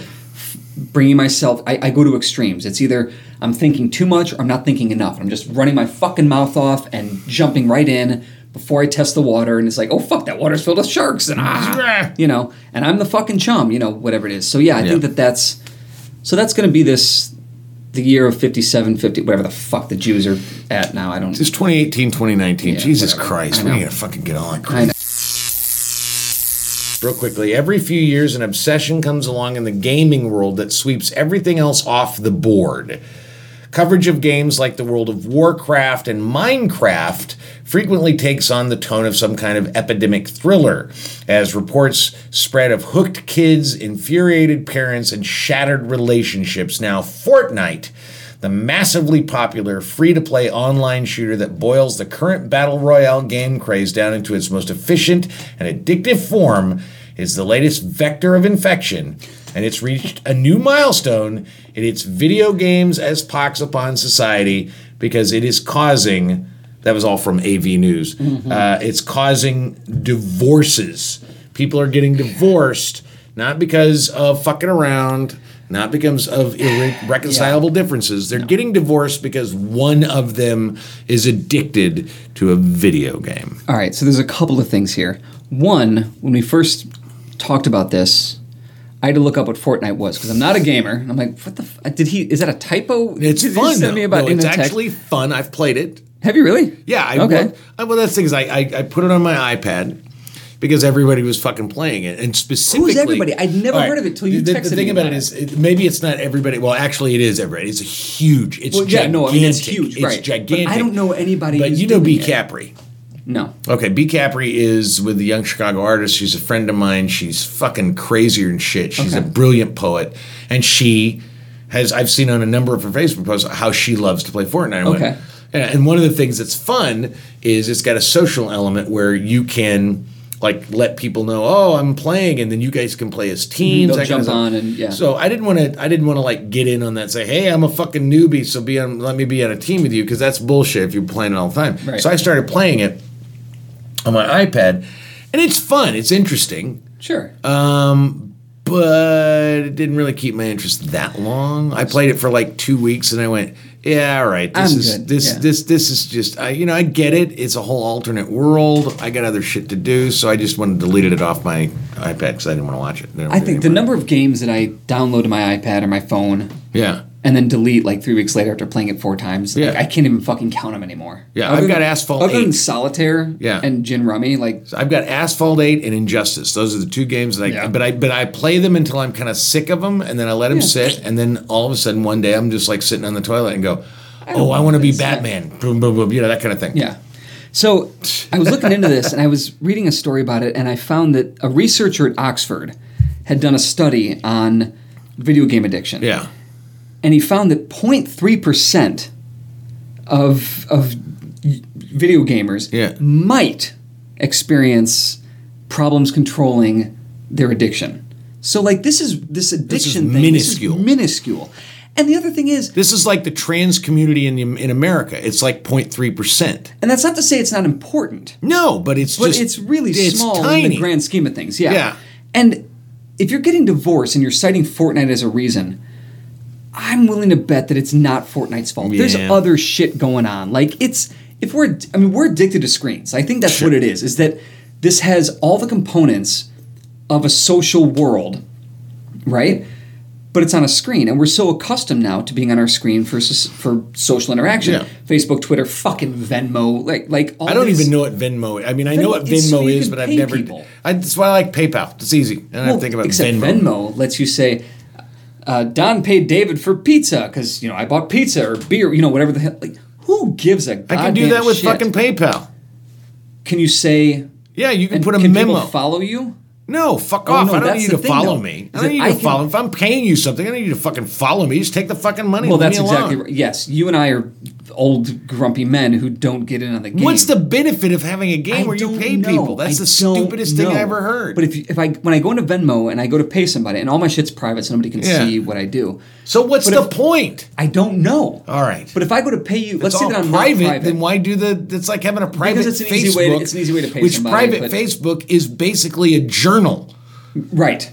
Bringing myself, I, I go to extremes. It's either I'm thinking too much or I'm not thinking enough. I'm just running my fucking mouth off and jumping right in before I test the water. And it's like, oh fuck, that water's filled with sharks and ah, you know. And I'm the fucking chum, you know, whatever it is. So yeah, I think
Yeah.
that that's so that's going to be this the year of 57, 50, whatever the fuck the Jews are at now. I don't.
It's 2018, 2019.
Yeah,
Jesus
whatever. I
Christ. We
know.
need to fucking get on.
I know.
Real quickly, every few years, an obsession comes along in the gaming world that sweeps everything else off the board. Coverage of games like the World of Warcraft and Minecraft frequently takes on the tone of some kind of epidemic thriller, as reports spread of hooked kids, infuriated parents, and shattered relationships. Now, Fortnite, the massively popular free to play online shooter that boils the current battle royale game craze down into its most efficient and addictive form, is the latest vector of infection and it's reached a new milestone in its video games as pox upon society because it is causing that was all from AV News. Uh, it's causing divorces. People are getting divorced not because of fucking around, not because of irreconcilable differences. They're getting divorced because one of them is addicted to a video game.
All right, so there's a couple of things here. One, when we first talked about this, I had to look up what Fortnite was because I'm not a gamer. And I'm like, what the? F- did he? Is that a typo?
It's
did
fun.
He send me about
though.
in
it's
the text?
actually fun. I've played it.
Have you really?
Yeah. I
okay.
Well, I, well that's the thing is I, I, I put it on my iPad because everybody was fucking playing it, and specifically,
everybody? I'd never
All right,
heard of it till you
The, the,
texted
the thing
me
about
about
it
it.
is, it, maybe it's not everybody. Well, actually, it is everybody. It's a huge. It's
Well, yeah,
gigantic.
no, I mean, it's huge,
It's
right. But I
gigantic.
don't know anybody
But
who's
you know,
doing
B
it.
Capri.
No.
Okay, B Capri is with the Young Chicago Artist. She's a friend of mine. She's fucking crazier than shit. She's a
Okay.
brilliant poet, and she has. I've seen on a number of her Facebook posts how she loves to play Fortnite. I went,
Okay.
"Yeah," and one of the things that's fun is it's got a social element where you can like let people know, oh, I'm playing, and then you guys can play as teams.
Mm-hmm. They'll
that kind of
jump
stuff.
on and- yeah.
So I didn't want to. I didn't want to like get in on that. Say, hey, I'm a fucking newbie, so be on. Let me be on a team with you because that's bullshit if you're playing it all the time.
Right.
So I started playing it on my iPad, and it's fun. It's interesting,
Sure.
Uh, but it didn't really keep my interest that long. I played it for like two weeks, and I went, "Yeah, all right. This
I'm
is
good,
this
yeah.
this this is just. I, you know, I get it. It's a whole alternate world. I got other shit to do, so I just wanted to delete it off my iPad because I didn't want to watch it. didn't
I
want
think
to
the number of games that I download to my iPad or my phone
Yeah.
and then delete like three weeks later after playing it four times, like,
Yeah.
I can't even fucking count them anymore.
Yeah, I've got Asphalt
Other than
8.
Solitaire
Yeah.
and Gin Rummy, like
So I've got Asphalt Eight and Injustice. Those are the two games that I.
Yeah.
But I but I play them until I'm kind of sick of them, and then I let them
Yeah.
sit, and then all of a sudden one day I'm just like sitting on the toilet and go, oh, I want to be
this.
Batman. Boom, boom, boom. You know that kind of thing.
Yeah. So I was looking into this and I was reading a story about it, and I found that a researcher at Oxford had done a study on video game addiction.
Yeah.
And he found that 0.3% of, of y- video gamers
Yeah.
might experience problems controlling their addiction. So, like, this is this addiction thing.
minuscule.
This is minuscule. And the other thing is,
This is like the trans community in in America. It's like 03 percent.
and that's not to say it's not important.
No, but it's
But
just
it's really
it's
small in the grand scheme of things. Yeah.
Yeah.
And if you're getting divorced and you're citing Fortnite as a reason, I'm willing to bet that it's not Fortnite's fault. There's
Yeah.
other shit going on. Like it's if we're I mean we're addicted to screens. I think that's what it is. Is that this has all the components of a social world, right? But it's on a screen, and we're so accustomed now to being on our screen for s- for social interaction.
Yeah.
Facebook, Twitter, fucking Venmo, like like all
I don't
these-
even know what Venmo. is. I mean, I know
Venmo
what
is so
Venmo
you
is,
can
but I've
pay
never.
people.
I, that's why I like PayPal. It's easy. And I don't think about
except Venmo. lets you say, uh, "Don paid David for pizza because you know I bought pizza or beer, you know whatever the hell." Like, who gives a
I
goddamn
can do that with
shit?
fucking PayPal.
Can you say?
Yeah, you can
and
put a
can people
memo.
follow you.
No, fuck
Oh,
off.
no,
I don't
that's
need you
the
to
thing,
follow
though,
me.
is
I don't
that
need you
I
to
can-
follow. If I'm paying you something, I don't need you to fucking follow me. Just take the fucking money.
Well,
and
that's
leave me
exactly
alone.
right. Yes, you and I are old grumpy men who don't get in on the game.
What's the benefit of having a game
I
where you
don't
pay
know.
people? That's
I
the
don't
stupidest thing
know.
I ever heard.
But if you, if I when I go into Venmo and I go to pay somebody and all my shit's private, so nobody can
Yeah.
see what I do.
so what's
but
the
if-
point?
I don't know.
All right.
But if I go to pay you,
It's
let's say
all
that I'm
private,
not private.
Then why do the? It's like having a private
it's an
Facebook.
easy way to- it's an easy way to pay
Which
somebody,
private
but-
Facebook is basically a journal.
Right.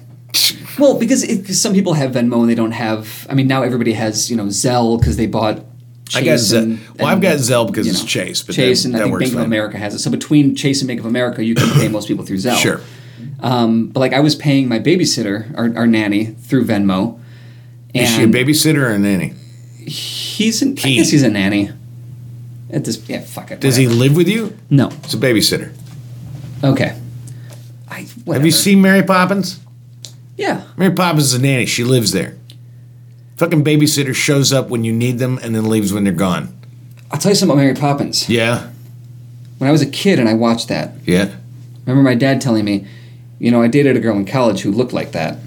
Well, because it, 'cause some people have Venmo and they don't have. I mean, now everybody has you know Zelle because they bought. Chase
I got Ze-
and-
well, I've
and,
got Zelle because
you
it's
know,
Chase, but
Chase
that-
and
that
I think
works
Bank
fine.
of America has it. So between Chase and Bank of America, you can pay most people through Zelle.
Sure.
Um, but like I was paying my babysitter, our, our nanny, through Venmo. And
Is she a babysitter or a nanny?
He's an.
He.
I guess he's a nanny. At this, yeah, fuck it.
Does he live with you?
he? No.
It's a babysitter.
Okay. I,
Have you seen Mary Poppins?
Yeah.
Mary Poppins is a nanny. She lives there. Fucking babysitter shows up when you need them and then leaves when they're gone.
I'll tell you something about Mary Poppins.
Yeah.
When I was a kid and I watched that,
Yeah.
remember my dad telling me, you know, I dated a girl in college who looked like that.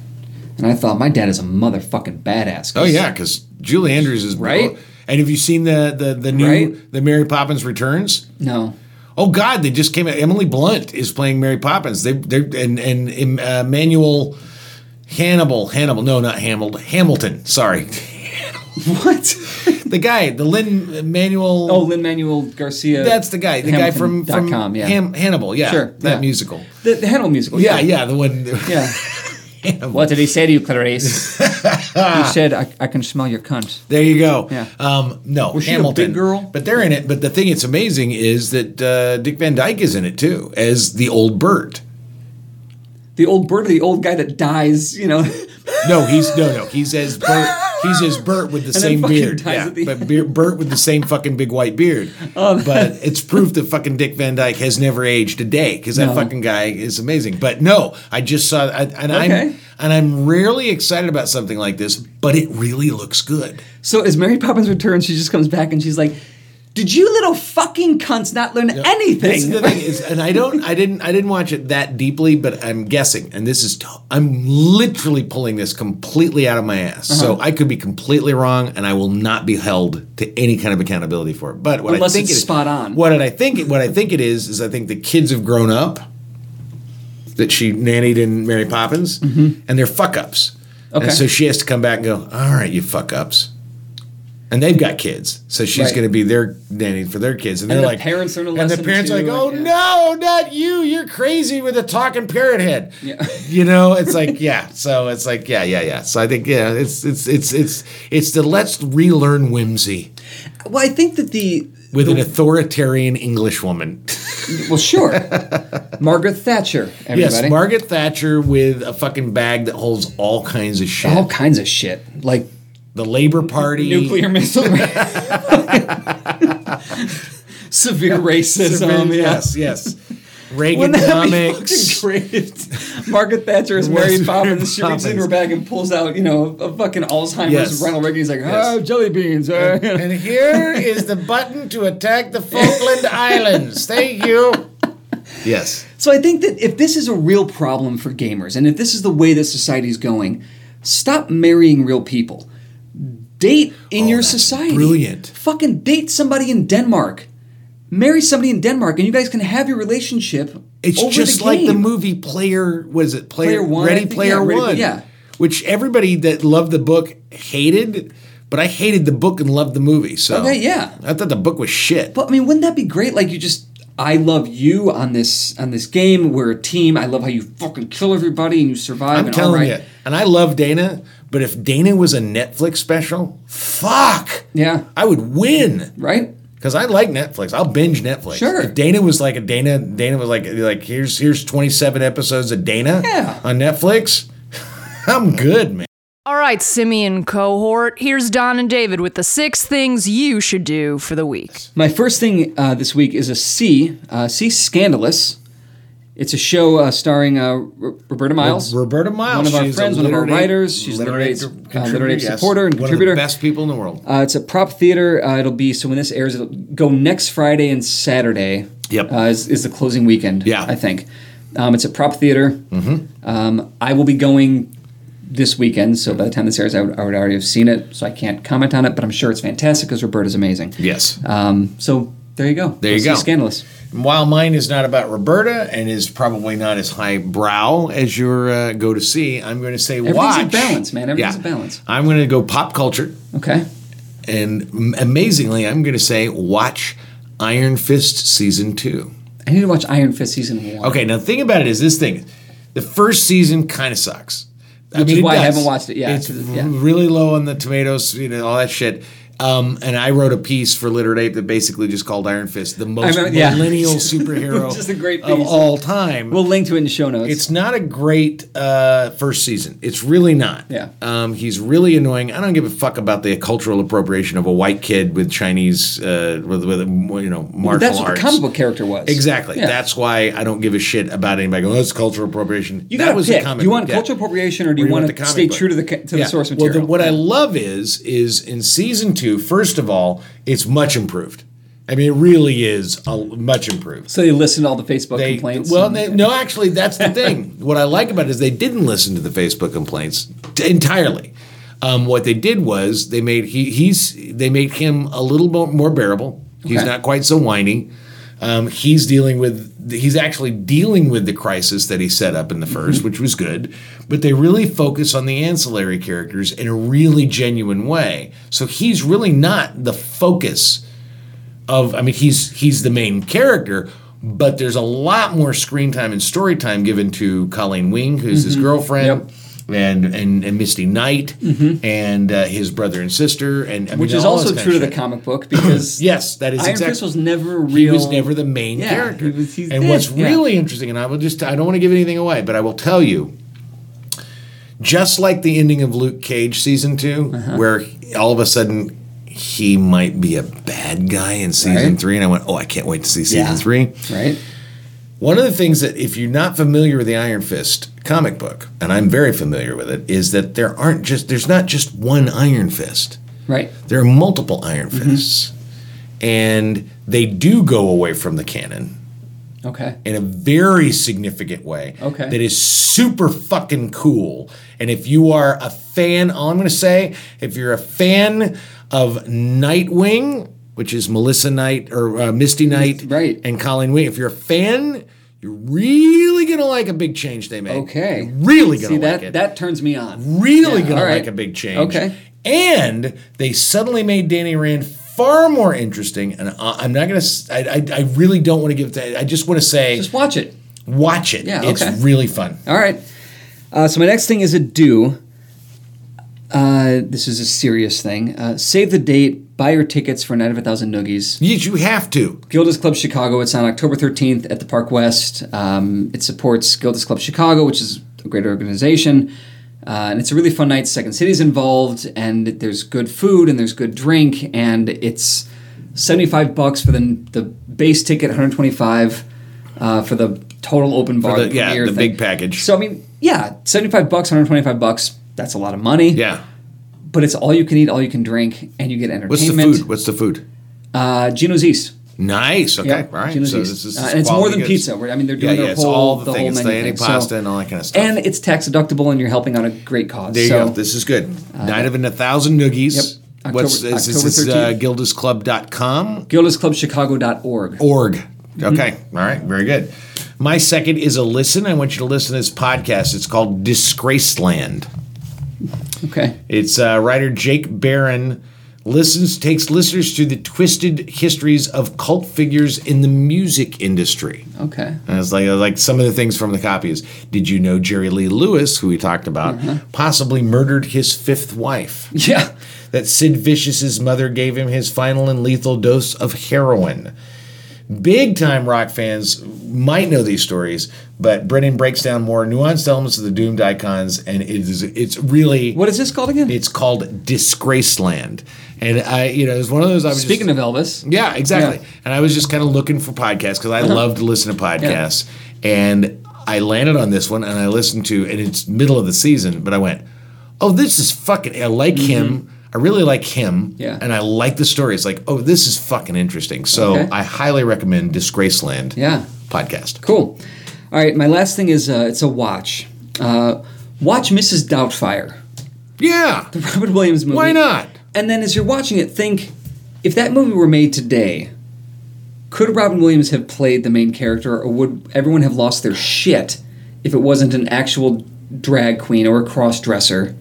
And I thought, my dad is a motherfucking badass. 'cause
Oh yeah, because Julie Andrews is
Right?
And have you seen the the the new
Right?
the Mary Poppins Returns? (laughs)
No.
Oh God, they just came out. Emily Blunt is playing Mary Poppins. They they and and um, uh, Emmanuel Hannibal Hannibal. No, not Hamill Hamilton. Sorry, (laughs)
What?
the guy, the Lin Manuel.
oh, uh, Lin Manuel Garcia.
that's the guy. The guy from from
Hamilton.com, yeah.
Ham, Hannibal. Yeah,
Sure,
that
yeah.
musical.
the, the Hannibal musical.
Yeah, yeah, the one.
Yeah.
(laughs)
what did he say to you, Clarice? he said, I, I can smell your cunt.
There you go.
Yeah.
Um, no,
Was she a
Hamilton.
big girl?
But they're in it. But the thing that's amazing is that uh, Dick Van Dyke is in it too as the old Bert.
The old bird, the old guy that dies, you know. (laughs)
No, he's no, no. He's as Bert. He's as Bert with the
then
same
fucking
beard.
dies
Yeah,
at the
but
end. Oh,
Be- Bert with the same fucking big
(laughs)
white beard. but it's proof that fucking Dick Van Dyke has never aged a day because that
No.
fucking guy is amazing. But no, I just saw I, and
Okay.
I'm and I'm rarely excited about something like this. But it really looks good.
So as Mary Poppins returns, she just comes back and she's like, "Did you little fucking cunts not learn
This
anything?"
is the thing is, and I don't, I didn't, I didn't watch it that deeply, but I'm guessing, and this is, t- I'm literally pulling this completely out of my ass.
Uh-huh.
So I could be completely wrong, and I will not be held to any kind of accountability for it. But what
Unless
I think
it's
it is-
spot on.
What did I think? It, what I think it is is I think the kids have grown up that she nannied in Mary Poppins, and they're fuck ups.
Mm-hmm. Okay.
And so she has to come back and go, all right, you fuck ups. And they've got kids, so she's
Right.
going to be their nanny for their kids, and,
And
they're
the
like,
parents learn a
and the
lesson
parents are
too,
like, oh
like, yeah.
no, not you! You're crazy with a talking parrot head.
Yeah.
(laughs) you know, it's like yeah. So it's like yeah, yeah, yeah. So I think yeah, it's it's it's it's it's the let's relearn whimsy
well, I think that the
with an authoritarian English woman.
well,
(laughs)
sure,
Margaret Thatcher, everybody.
yes, Margaret Thatcher with a fucking bag that holds all kinds of shit.
all kinds of shit. Like
the Labor Party,
Oh.
(laughs)
nuclear missile, severe racism.
yes, yes.
(laughs) Wouldn't that be fucking
Reaganomics.
great? if Margaret Thatcher is
It was
Mary
Mary
Poppins. She reaches into her
Poppins.
bag and pulls out, you know, a fucking Alzheimer's
Yes.
Ronald Reagan. He's like,
Yes.
oh, jelly beans. (laughs) Uh, you know.
And here is the button to attack the Falkland Islands. Thank you. Yes.
So I think that if this is a real problem for gamers, and if this is the way that society's going, stop marrying real people. Date in your
Oh, that's
society.
brilliant.
Fucking date somebody in Denmark. Marry somebody in Denmark, and you guys can have your relationship.
It's
over
just
the
like the
game.
movie Player. What is it? Player,
Player One, I
Ready
think.
Player
Yeah, Ready-
One.
yeah.
Which everybody that loved the book hated, but I hated the book and loved the movie. So
Okay, yeah.
I thought the book was shit.
But I mean, wouldn't that be great? Like you just, I love you on this on this game. We're a team. I love how you fucking kill everybody and you survive.
I'm
and
telling
all right.
you. And I love Dana, but if Dana was a Netflix special, fuck.
Yeah.
I would win.
right?
Because I like Netflix, I'll binge Netflix.
Sure.
If Dana was like a Dana, Dana was like like here's here's twenty seven episodes of Dana
Yeah.
on Netflix. (laughs) I'm good, man.
All right, Simeon cohort, here's Don and David with the six things you should do for the week.
My first thing uh, this week is a C, uh, C Scandalous. It's a show uh, starring uh, R- Roberta Miles.
Roberta Miles,
One of our
she's a
friends, one of our
literary-
writers. She's
literary
literary, uh,
contributor,
literary
yes.
supporter and
One
contributor.
of the best people in the world.
Uh, it's a prop theater. Uh, it'll be so when this airs, it'll go next Friday and Saturday.
Yep.
uh, is, is the closing weekend.
Yeah.
I think um, it's a prop theater. Mm-hmm. Um, I will be going this weekend, so by the time this airs, I would, I would already have seen it, so I can't comment on it, but I'm sure it's fantastic because Roberta's amazing.
Yes.
Um, so there you go.
There you
Let's
go.
see Scandalous.
Uh, While mine is not about Roberta and is probably not as highbrow as your uh, go to see, I'm going to say
Everything's
watch.
a balance, man. Everything's a balance.
I'm going to go pop culture,
Okay.
and m- amazingly, I'm going to say watch Iron Fist season two.
I need to watch Iron Fist season one.
Okay, now the thing about it is this thing: the first season kind of sucks. I
Which is
it
why I haven't watched it, yeah,
it's
'cause it- yeah.
really low on the tomatoes, you know, all that shit. Um, and I wrote a piece for Littered Ape that basically just called Iron Fist the most
remember- yeah. (laughs)
millennial superhero
Just a great
of
piece.
all time.
We'll link to it in the show notes.
It's not a great uh, first season. It's really not.
Yeah.
Um, he's really annoying. I don't give a fuck about the cultural appropriation of a white kid with Chinese, uh, with, with you know, martial
But that's what
arts.
the comic book character was.
Exactly.
Yeah.
That's why I don't give a shit about anybody going, oh, it's cultural appropriation.
you
That
got to
was
pick.
a comic
Do you want
book, yeah.
cultural appropriation or do
Or
you want
the
to
comic
stay
book.
true to the ca- to
Yeah.
the source
Well,
material?
the- what I
Yeah.
love is, is in season two, first of all, it's much improved. I mean, it really is a, much improved.
so they listened to all the Facebook
They-
complaints.
Well,
and- (laughs)
they, no, actually, that's the thing. what I like about it is they didn't listen to the Facebook complaints t- entirely. Um, what they did was they made he he's they made him a little mo- more bearable. He's
Okay.
not quite so whiny. Um, he's dealing with he's actually dealing with the crisis that he set up in the 1st
Mm-hmm.
which was good. But they really focus on the ancillary characters in a really genuine way. So he's really not the focus of I mean he's he's the main character, but there's a lot more screen time and story time given to Colleen Wing, who's
Mm-hmm.
his girlfriend. And, and and Misty Knight and uh, his brother and sister and I mean,
Mm-hmm. which is
all this
also
kind of
true to the
shit.
comic
(clears throat)
book because
Yes, that is
Iron
exactly.
Fist was never
he
real.
was never the main
Yeah,
character.
he was- he's
and
dead,
what's
yeah.
really interesting, and I will just I don't want to give anything away, but I will tell you, just like the ending of Luke Cage season 2
Uh-huh.
where he- all of a sudden he might be a bad guy in season
Right.
three, and I went, oh, I can't wait to see season
Yeah.
three.
right.
One of the things that, if you're not familiar with the Iron Fist comic book, and I'm very familiar with it, is that there aren't just there's not just one Iron Fist
Right.
there are multiple Iron
Mm-hmm.
Fists, and they do go away from the canon
Okay.
in a very significant way.
Okay.
That is super fucking cool. And if you are a fan, all I'm going to say, if you're a fan of Nightwing, which is Melissa Knight or uh, Misty Knight,
right.
and Colleen Wing, if you're a fan. You're really gonna like a big change they made.
Okay.
You're really gonna
See
like
that
it
that turns me on.
really
Yeah,
going
all
to
right.
make a big change.
Okay.
And they suddenly made Danny Rand far more interesting. And I, I'm not going to, I, I, I really don't want to give that. I just want to say,
Just watch it.
watch it.
Yeah,
It's
okay.
really fun.
All right. Uh, so my next thing is a do. Uh, this is a serious thing. Uh, save the date. Buy your tickets for Night of a Thousand Noogies.
Yes, you have to.
Gildas Club Chicago. It's on October 13th at the Park West. Um, it supports Gildas Club Chicago, which is a great organization. Uh, and it's a really fun night. Second City's involved, and there's good food and there's good drink, and it's 75 bucks for the, the base ticket, 125 uh, for the total open bar.
the- yeah,
premiere
the big package.
So I mean, yeah, 75 bucks, 125 bucks. That's a lot of money.
Yeah.
but it's all you can eat, all you can drink, and you get entertainment.
What's the food? What's the food?
Uh, Gino's East.
Nice. Okay.
Yeah,
All right.
Gino's
So
East.
this is
Uh, and it's more
quality
than
goods.
pizza. We're- I mean, they're
Yeah,
doing
yeah,
their
it's
whole
all the
the
thing.
whole
It's
menu
the
thing. So-
antipasta and all that kinda stuff.
And it's tax deductible, and you're helping out a great cause.
There you
so,
go. This is good. Night of an a thousand noogies.
Yep.
What's
October-
this? This
October
is uh,
13th.
gildasclub.com.
GildasClubChicago.org.
org.
Mm-hmm.
Okay. All right. Very good. My second is a listen. I want you to listen to this podcast. It's called Disgraceland.
Okay.
It's uh, writer Jake Barron listens takes listeners to the twisted histories of cult figures in the music industry.
Okay.
And it's like like some of the things from the copy is did you know Jerry Lee Lewis, who we talked about,
Mm-hmm.
possibly murdered his fifth wife?
Yeah.
that Sid Vicious's mother gave him his final and lethal dose of heroin. Big time rock fans might know these stories, but Brennan breaks down more nuanced elements of the doomed icons, and it is it's really
What is this called again?
it's called Disgraceland, and I you know it's one of those I was just-
Speaking of Elvis.
yeah, exactly.
Yeah. Uh-huh.
And I was just kind of looking for podcasts because I love to listen to podcasts. And I landed on this one and I listened to, and it's middle of the season, but I went, oh, this is fucking, I like him. I really like him.
Mm-hmm. Yeah.
And I like the story. It's like, oh, this is fucking interesting. So
Okay.
I highly recommend Disgraceland
Yeah.
podcast.
Cool. All right. My last thing is uh, it's a watch. Uh, Watch Mrs. Doubtfire, (laughs)
Yeah.
the Robert Williams movie.
Why not?
And then as you're watching it, think if that movie were made today, could Robin Williams have played the main character, or would everyone have lost their shit if it wasn't an actual drag queen or a cross dresser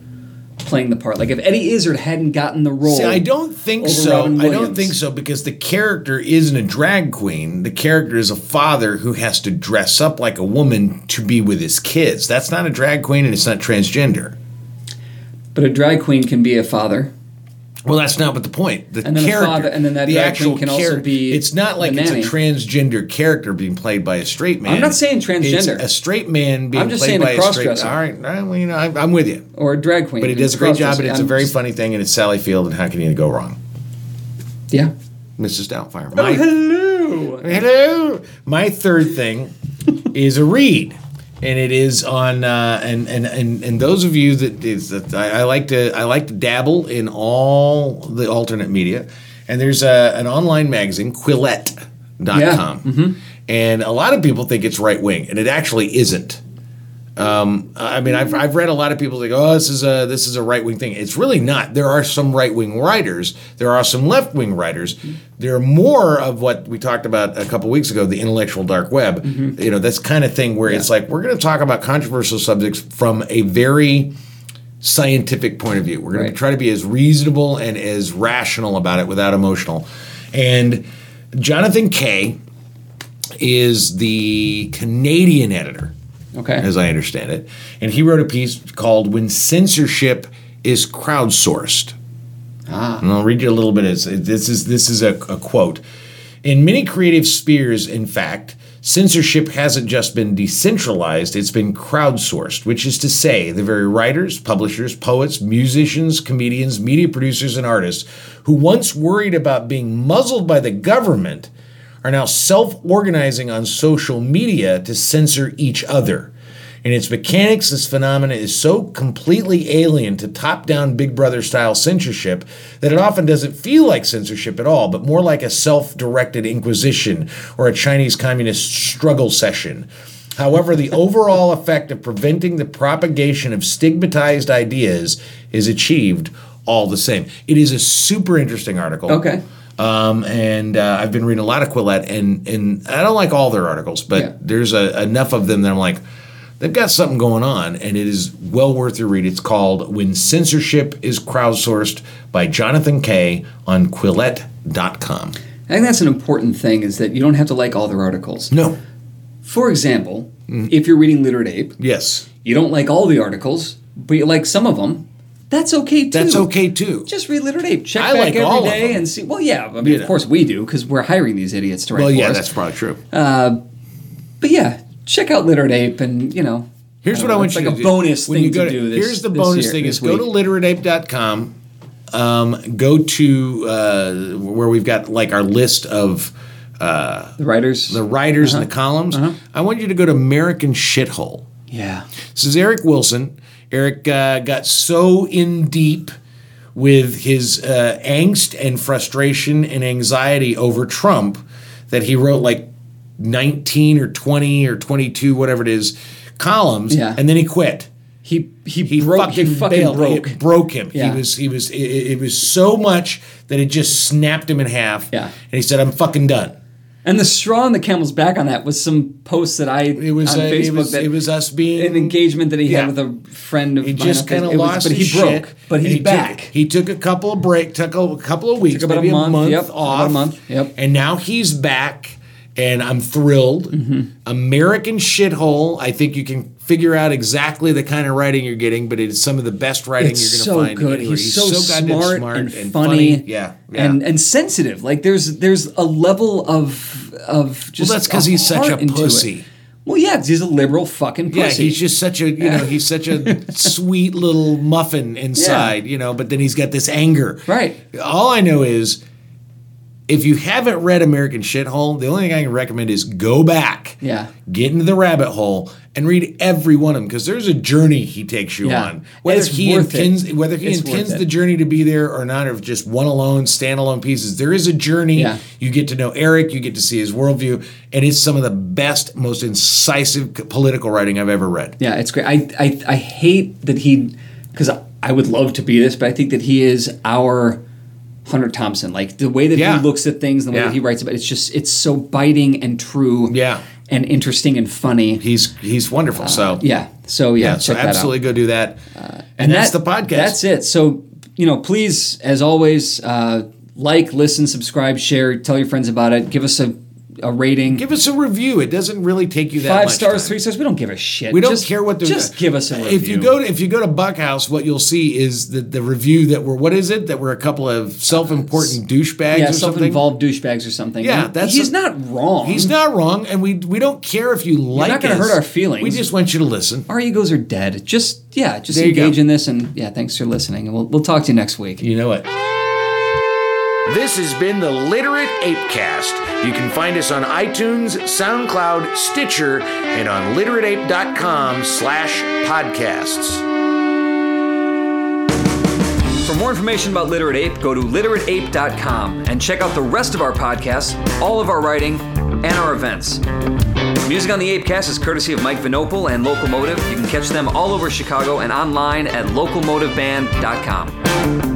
playing the part? Like if Eddie Izzard hadn't gotten the role.
See, I don't think
over
so.
Robin
I don't
Williams.
think so because the character isn't a drag queen. The character is a father who has to dress up like a woman to be with his kids. That's not a drag queen and it's not transgender.
But a drag queen can be a father.
Well, that's not what the point. The
And then the
character,
father- and then that
the
drag
actual
queen can also
character-
be
It's not like
the
it's a
nanny.
transgender character being played by a straight man.
not saying
It's
transgender.
a straight man being
I'm just saying
played
a
by a straight.
cross-dresser.
All right, all right, well, you know, I'm, I'm with you.
Or a drag queen.
But he
can
does a
be
great job,
cross-dresser.
and it's a
I'm
very
just-
funny thing, and it's Sally Field, and how can you go wrong?
Yeah.
Mrs. Doubtfire. My,
Hello.
Hello. My third thing is a read, and it is on. Uh, and, and and and those of you that is that I, I like to I like to dabble in all the alternate media, and there's a, an online magazine Quillette.com,
Yeah,
and a lot of people think it's right wing, and it actually isn't. I mean, I've, I've read a lot of people that go, oh, this is a this is a right wing thing. It's really not. There are some right wing writers. There are some left wing writers. There are more of what we talked about a couple weeks ago, the intellectual dark web. You know, that's kind of thing where it's like we're going to talk about controversial subjects from a very scientific point of view. We're going
Right.
to try to be as reasonable and as rational about it without emotional. And Jonathan Kay is the Canadian editor
Okay.
as I understand it. And he wrote a piece called When Censorship is Crowdsourced. Ah. And I'll read you a little bit. It's, this is, this is a, a quote. In many creative spheres, in fact, censorship hasn't just been decentralized, it's been crowdsourced, which is to say, the very writers, publishers, poets, musicians, comedians, media producers, and artists who once worried about being muzzled by the government are now self organizing on social media to censor each other. In its mechanics, this phenomenon is so completely alien to top down Big Brother style censorship that it often doesn't feel like censorship at all, but more like a self directed inquisition or a Chinese communist struggle session. However, the overall effect of preventing the propagation of stigmatized ideas is achieved all the same. It is a super interesting article.
Okay.
Um, and uh, I've been reading a lot of Quillette, and and I don't like all their articles, but
Yeah.
there's a, enough of them that I'm like, they've got something going on, and it is well worth your read. It's called "When Censorship Is Crowdsourced" by Jonathan Kay on Quillette.com.
I think that's an important thing is that you don't have to like all their articles.
No,
For example,
Mm-hmm.
if you're reading Literate Ape,
yes,
you don't like all the articles, but you like some of them. That's okay too.
that's okay too.
Just read Literate Ape. Check back
I like
every day
all of them.
and see. Well, yeah. I mean,
Yeah.
of course we do because we're hiring these idiots to write
well,
for
yeah,
us.
that's probably true.
But yeah, check out Literate Ape and you know.
Here's
don't
what I
know,
want
it's
you
like
to
a
do.
bonus
When
thing
you go
to do this-
Here's the
this
bonus
year-
thing: is
this
go to
week.
literateape.com, um, go to uh, where we've got like our list of
The writers.
the writers and the
Uh-huh.
columns. I want you to go to American Shithole.
yeah.
This is Eric Wilson. Eric uh, got so in deep with his uh, angst and frustration and anxiety over Trump that he wrote like 19 or 20 or 22, whatever it is, columns,
Yeah.
and then he quit.
He he,
He
broke.
fucking,
he fucking
bailed.
broke.
It broke him.
Yeah.
He was he was it, it it was so much that it just snapped him in half.
Yeah.
And he said, "I'm fucking done."
And the straw on the camel's back on that was some posts that I
It was
on
uh,
Facebook
it was
that
it was us being
an engagement that he
Yeah.
had with a friend of
He
mine.
just
up there.
kind of
It was-
lost,
but he
his
broke.
shit,
But
and
he's
he
back.
Took, he took a couple of break, took a, couple of weeks,
about a
maybe
month, yep, about a
off,
month, yep.
and now he's back, and I'm thrilled.
Mm-hmm.
American shithole. I think you can figure out exactly the kind of writing you're getting, but it's some of the best writing
it's
you're
so
going to find.
good.
anywhere.
He's, so,
goddamn
smart, and, funny,
Yeah, yeah.
and and sensitive. Like there's there's a level of of just
that's 'cause
a
he's such
heart
a
into it.
pussy.
Well, yeah, 'cause he's a liberal fucking pussy.
yeah, he's just such a you know he's such
(laughs)
a sweet little muffin inside you know, but then he's got this anger.
Right.
All I know is if you haven't read American Shithole, the only thing I can recommend is go back,
Yeah.
get into the rabbit hole and read every one of them because there's a journey he takes you
Yeah.
on. Whether
It's
he
worth it.
intends, whether he
It's worth
intends
it.
the journey to be there or not, or if just one alone, standalone pieces, there is a journey.
Yeah.
You get to know Eric, you get to see his worldview, and it's some of the best, most incisive political writing I've ever read.
Yeah, it's great. I I, I hate that he because I would love to be this, but I think that he is our Hunter Thompson. Like the way that
Yeah.
he looks at things, and the way
Yeah.
that he writes about it, it's just it's so biting and true.
Yeah.
and interesting and funny.
He's he's wonderful. so
yeah. So yeah,
yeah,
check
so
that
absolutely
out. Uh,
go do that. and, that's
that-
the podcast.
That's it. So you know, please, as always, uh, like, listen, subscribe, share, tell your friends about it. Give us a a rating.
Give us a review. It doesn't really take you that
Five
much
stars,
time.
three stars. We don't give a shit.
We don't
Just-
care what they're
Just give us a review.
If you go to if you go to Buckhouse, what you'll see is the, the review that we're what is it that we're a couple of self important douchebags
yeah,
or something.
self-involved douchebags or something.
Yeah,
And
that's
he's
a-
not wrong.
He's not wrong, and we we don't care if you like.
not gonna
us.
hurt our feelings.
We just want you to listen.
Our egos are dead. Just yeah, just
There you
engage
go.
in this, and yeah, thanks for listening, and we'll we'll talk to you next week.
You know it.
This has been the Literate Apecast. You can find us on iTunes, SoundCloud, Stitcher, and on literateape.com slash podcasts.
For more information about Literate Ape, go to literateape.com and check out the rest of our podcasts, all of our writing, and our events. Music on the Apecast is courtesy of Mike Vinopal and Locomotive. You can catch them all over Chicago and online at locomotiveband.com.